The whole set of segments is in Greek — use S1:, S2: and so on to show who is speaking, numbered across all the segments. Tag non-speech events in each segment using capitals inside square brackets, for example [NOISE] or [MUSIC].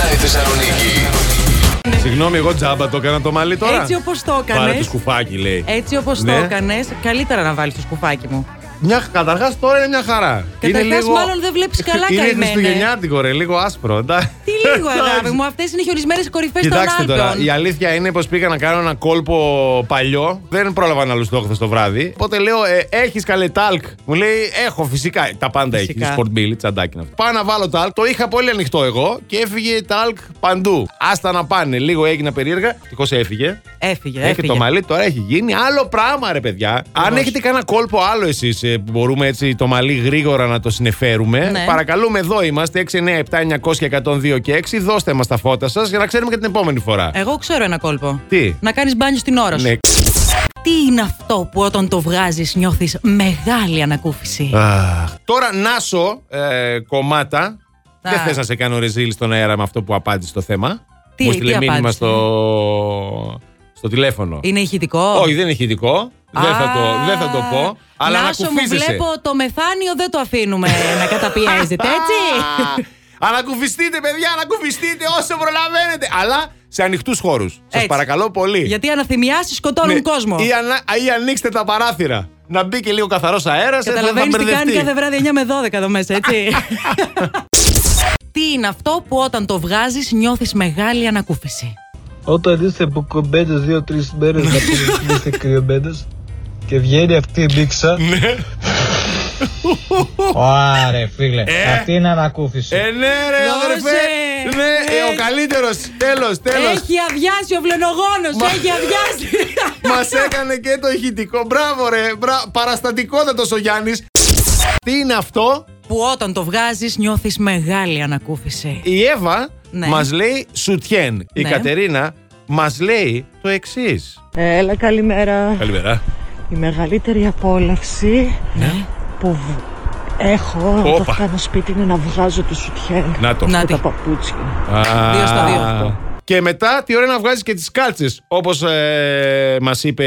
S1: Θεσσαλονίκη.
S2: Συγγνώμη, εγώ τζάμπα το έκανα το μαλλί τώρα.
S3: Έτσι όπως το
S2: Πάρε το
S3: έκανε.
S2: σκουφάκι, λέει.
S3: Έτσι όπως το
S2: Ναι.
S3: έκανες, καλύτερα να βάλεις το σκουφάκι μου.
S2: Μια, καταρχάς τώρα είναι μια χαρά.
S3: Καταρχάς, μάλλον δεν βλέπεις καλά,
S2: Είναι
S3: καημένες.
S2: χριστουγεννιάτικο ρε, λίγο άσπρο. εντάξει. [LAUGHS]
S3: Τι λίγο, αγάπη μου, αυτές είναι οι χιονισμένε κορυφές των
S2: Κοιτάξτε τώρα, η
S3: Άλπαιων.
S2: αλήθεια είναι πως πήγα να κάνω ένα κόλπο παλιό. Δεν πρόλαβα να λουστώ χθες το βράδυ. Οπότε λέω, ε, έχεις καλέ τάλκ. Μου λέει, έχω φυσικά. Τα πάντα έχει.
S3: Φυσικά.
S2: Τη σπορτμπίλη, τσαντάκι είναι αυτό. Πάω να βάλω τάλκ. Το είχα πολύ ανοιχτό εγώ και έφυγε τάλκ παντού. Άστα να πάνε. Λίγο έγινα περίεργα. Τυχώ έφυγε.
S3: Έφυγε,
S2: Έχει
S3: έφυγε.
S2: το μαλλί, τώρα έχει γίνει άλλο πράγμα, ρε παιδιά. Αν έχετε κανένα κόλπο άλλο εσείς που μπορούμε έτσι το μαλλί γρήγορα να το συνεφέρουμε,
S3: Ναι.
S2: παρακαλούμε εδώ είμαστε 6, 9, 7, 900, 102 και 6. Δώστε μας τα φώτα σας για να ξέρουμε και την επόμενη φορά.
S3: Εγώ ξέρω ένα κόλπο.
S2: Τι?
S3: Να κάνεις μπάνιο στην ώρα σου.
S2: Ναι.
S3: Τι είναι αυτό που όταν το βγάζεις νιώθεις μεγάλη ανακούφιση.
S2: Αχ. Τώρα νάσο ε, κομμάτα.
S3: Α.
S2: Δεν θες να σε κάνω ρεζίλ στον αέρα με αυτό που απάντησε το θέμα.
S3: Τι-
S2: Μου στείλε
S3: τι
S2: μήνυμα
S3: απάντησε?
S2: στο, στο τηλέφωνο.
S3: Είναι ηχητικό.
S2: Όχι, δεν είναι ηχητικό. Δεν θα, το,
S3: Α,
S2: δεν θα το πω. Αλλά
S3: Νάσο μου
S2: ανακουφίζεσαι.
S3: βλέπω το μεθάνιο δεν το αφήνουμε
S2: [LAUGHS]
S3: να καταπιέζεται, έτσι.
S2: Ανακουφιστείτε, παιδιά, ανακουφιστείτε όσο προλαβαίνετε. Αλλά σε ανοιχτούς χώρους. Σας
S3: Έτσι.
S2: παρακαλώ πολύ.
S3: Γιατί αναθυμιάσεις σκοτώνουν
S2: Ναι.
S3: κόσμο.
S2: Ή, ανα- ή ανοίξτε τα παράθυρα. Να μπει και λίγο καθαρός αέρας.
S3: Καταλαβαίνεις τι κάνει κάθε βράδυ 9 με 12 εδώ μέσα, έτσι. [LAUGHS] τι είναι αυτό που όταν το βγάζεις νιώθεις μεγάλη ανακούφιση.
S4: Όταν είστε από κομπέντε δύο-τρει μέρες
S2: Ναι.
S4: να πηγαίνετε κρυομπέντε και βγαίνει αυτή η μίξα.
S2: Ναι.
S4: Ωραία, φίλε.
S2: Ε.
S4: Αυτή είναι ανακούφιση.
S2: Ε, ναι, ρε,
S3: Δώσε.
S2: αδερφέ. Ναι, ε, ο καλύτερος. Τέλος, τέλος.
S3: Έχει αδειάσει ο βλενογόνος, έχει αδειάσει. [LAUGHS]
S2: Μας έκανε και το ηχητικό. Μπράβο, ρε. Μπρα... Παραστατικότατος ο Γιάννης. Τι είναι αυτό
S3: που όταν το βγάζεις νιώθεις μεγάλη ανακούφιση.
S2: Η Εύα
S3: Ναι.
S2: μας λέει σουτιέν. Η
S3: Ναι.
S2: Κατερίνα μας λέει το εξής.
S5: Ε, Έλα, καλημέρα.
S2: Καλημέρα.
S5: Η μεγαλύτερη απόλαυση
S3: Ναι.
S5: που β- έχω
S2: Όπα.
S5: όταν το κάνω σπίτι είναι να βγάζω τη σουτιέν
S2: Να το.
S3: Να
S5: και
S3: τη.
S5: τα παπούτσια.
S2: Α,
S3: Δύο στα δύο.
S2: αυτό. Και μετά τη ώρα να βγάζει και τις κάλτσες Όπως ε, μας είπε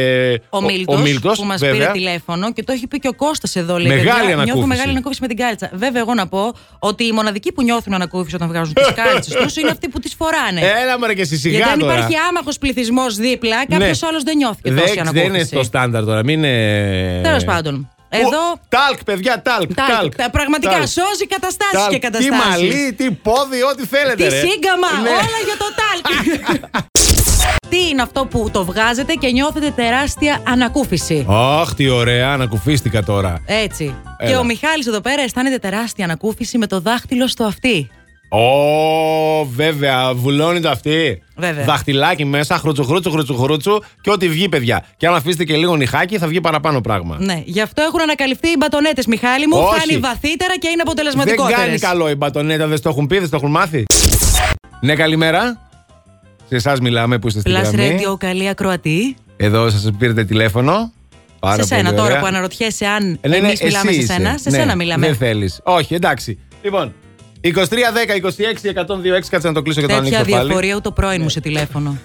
S3: Ο, Μίλτος,
S2: Μίλτος,
S3: που μας πήρε
S2: βέβαια.
S3: τηλέφωνο και το έχει πει και ο Κώστας εδώ. Λέει,
S2: Μεγάλη
S3: «Παιδιά,
S2: ανακούφιση».
S3: Νιώθω μεγάλη ανακούφιση με την κάλτσα. Βέβαια, εγώ να πω ότι οι μοναδικοί που νιώθουν ανακούφιση όταν βγάζουν [LAUGHS] τις κάλτσες τους είναι αυτοί που τις φοράνε.
S2: Έλα μωρέ και εσύ σιγά
S3: Γιατί αν
S2: τώρα.
S3: υπάρχει άμαχος πληθυσμός δίπλα, κάποιο
S2: Ναι.
S3: άλλος δεν νιώθηκε
S2: Δεν-
S3: τόση ανακούφιση.
S2: Δεν είναι στο στάνταρ τώρα, μην είναι...
S3: Τέλος πάντων. Εδώ.
S2: Τάλκ, παιδιά, τάλκ.
S3: τα-
S2: Ε, τάλκ,
S3: τα- πραγματικά
S2: τάλκ,
S3: σώζει καταστάσει
S2: τάλκ.
S3: και
S2: Τι
S3: καταστάσεις.
S2: μαλλί, τι πόδι, ό,τι θέλετε.
S3: Τι
S2: ρε.
S3: σύγκαμα,
S2: Ναι.
S3: όλα για το τάλκ.
S2: [LAUGHS]
S3: Τι είναι αυτό που το βγάζετε και νιώθετε τεράστια ανακούφιση.
S2: Αχ, τι ωραία, ανακουφίστηκα τώρα.
S3: Έτσι.
S2: Έλα.
S3: Και ο Μιχάλης εδώ πέρα αισθάνεται τεράστια ανακούφιση με το δάχτυλο στο αυτί.
S2: Ω, βέβαια, βουλώνει το αυτή.
S3: Βέβαια.
S2: Δαχτυλάκι μέσα, χρούτσου, χρούτσου, χρούτσου, χρούτσου και ό,τι βγει, παιδιά. Και αν αφήσετε και λίγο νυχάκι, θα βγει παραπάνω πράγμα.
S3: Ναι, γι' αυτό έχουν ανακαλυφθεί οι μπατονέτες Μιχάλη μου.
S2: Όχι.
S3: Φτάνει βαθύτερα και είναι
S2: δεν
S3: αποτελεσματικότερες.
S2: κάνει καλό η μπατονέτα, δεν το έχουν πει, δεν το έχουν μάθει. ναι, καλημέρα. Σε εσάς μιλάμε που είστε στη
S3: Plus
S2: γραμμή.
S3: Radio, καλή ακροατή.
S2: Εδώ σας πήρετε τηλέφωνο. Πάρα
S3: σε σένα
S2: πολύ
S3: τώρα
S2: ωραία.
S3: που αναρωτιέσαι αν
S2: Ε, ναι, ναι,
S3: εμείς μιλάμε
S2: εσύ
S3: σε
S2: είσαι.
S3: σένα, σε
S2: Ναι,
S3: σένα μιλάμε.
S2: Δεν θέλεις. Όχι, εντάξει. Λοιπόν, 23, 10, 26, 102, 6, κάτσε να το κλείσω και το
S3: Τέτοια
S2: ανοίξω πάλι. Ναι.
S3: διαφορία ούτε πρώην μου σε τηλέφωνο.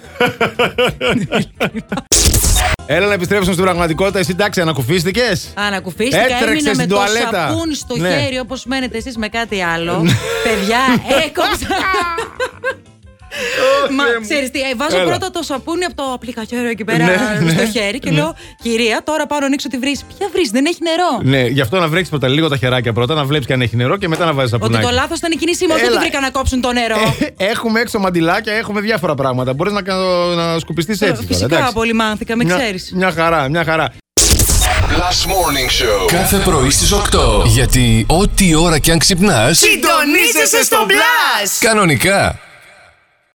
S2: Έλα να επιστρέψουμε στην πραγματικότητα. Εσύ εντάξει, ανακουφίστηκες.
S3: Ανακουφίστηκα,
S2: Έτρεξες
S3: έμεινα με
S2: στην
S3: το
S2: τουαλέτα.
S3: σαπούν στο
S2: Ναι.
S3: χέρι όπως μένετε εσείς με κάτι άλλο.
S2: [LAUGHS]
S3: Παιδιά, έκοψα. Μα ξέρεις τι, ε, βάζω
S2: Έλα.
S3: πρώτα το σαπούνι από το απλικατέρο εκεί
S2: Ναι,
S3: πέρα
S2: ναι.
S3: στο χέρι και λέω Κυρία, τώρα πάω να ανοίξω τη βρύση. Ποια βρύση, δεν έχει νερό.
S2: Ναι, γι' αυτό να βρέξεις πρώτα λίγο τα χεράκια πρώτα, να βλέπεις και αν έχει νερό και μετά να βάζεις
S3: Ότι
S2: σαπουνάκι.
S3: το λάθος ήταν η κίνησή μου, δεν
S2: Έλα. Ε,
S3: την βρήκα να κόψουν το νερό.
S2: έχουμε έξω μαντιλάκια, έχουμε διάφορα πράγματα. Μπορείς να, κάνω- να σκουπιστείς έτσι. τώρα,
S3: Ε, Φυσικά
S2: εντάξει. Ναι.
S3: πολύ μάθηκα, με
S2: Μια-
S3: ξέρεις.
S2: Μια χαρά, μια χαρά.
S1: Last Morning Show.
S6: Κάθε πρωί στις 8. Γιατί ό,τι ώρα κι αν ξυπνάς,
S7: Συντονίζεσαι στο μπλα!
S6: κανονικά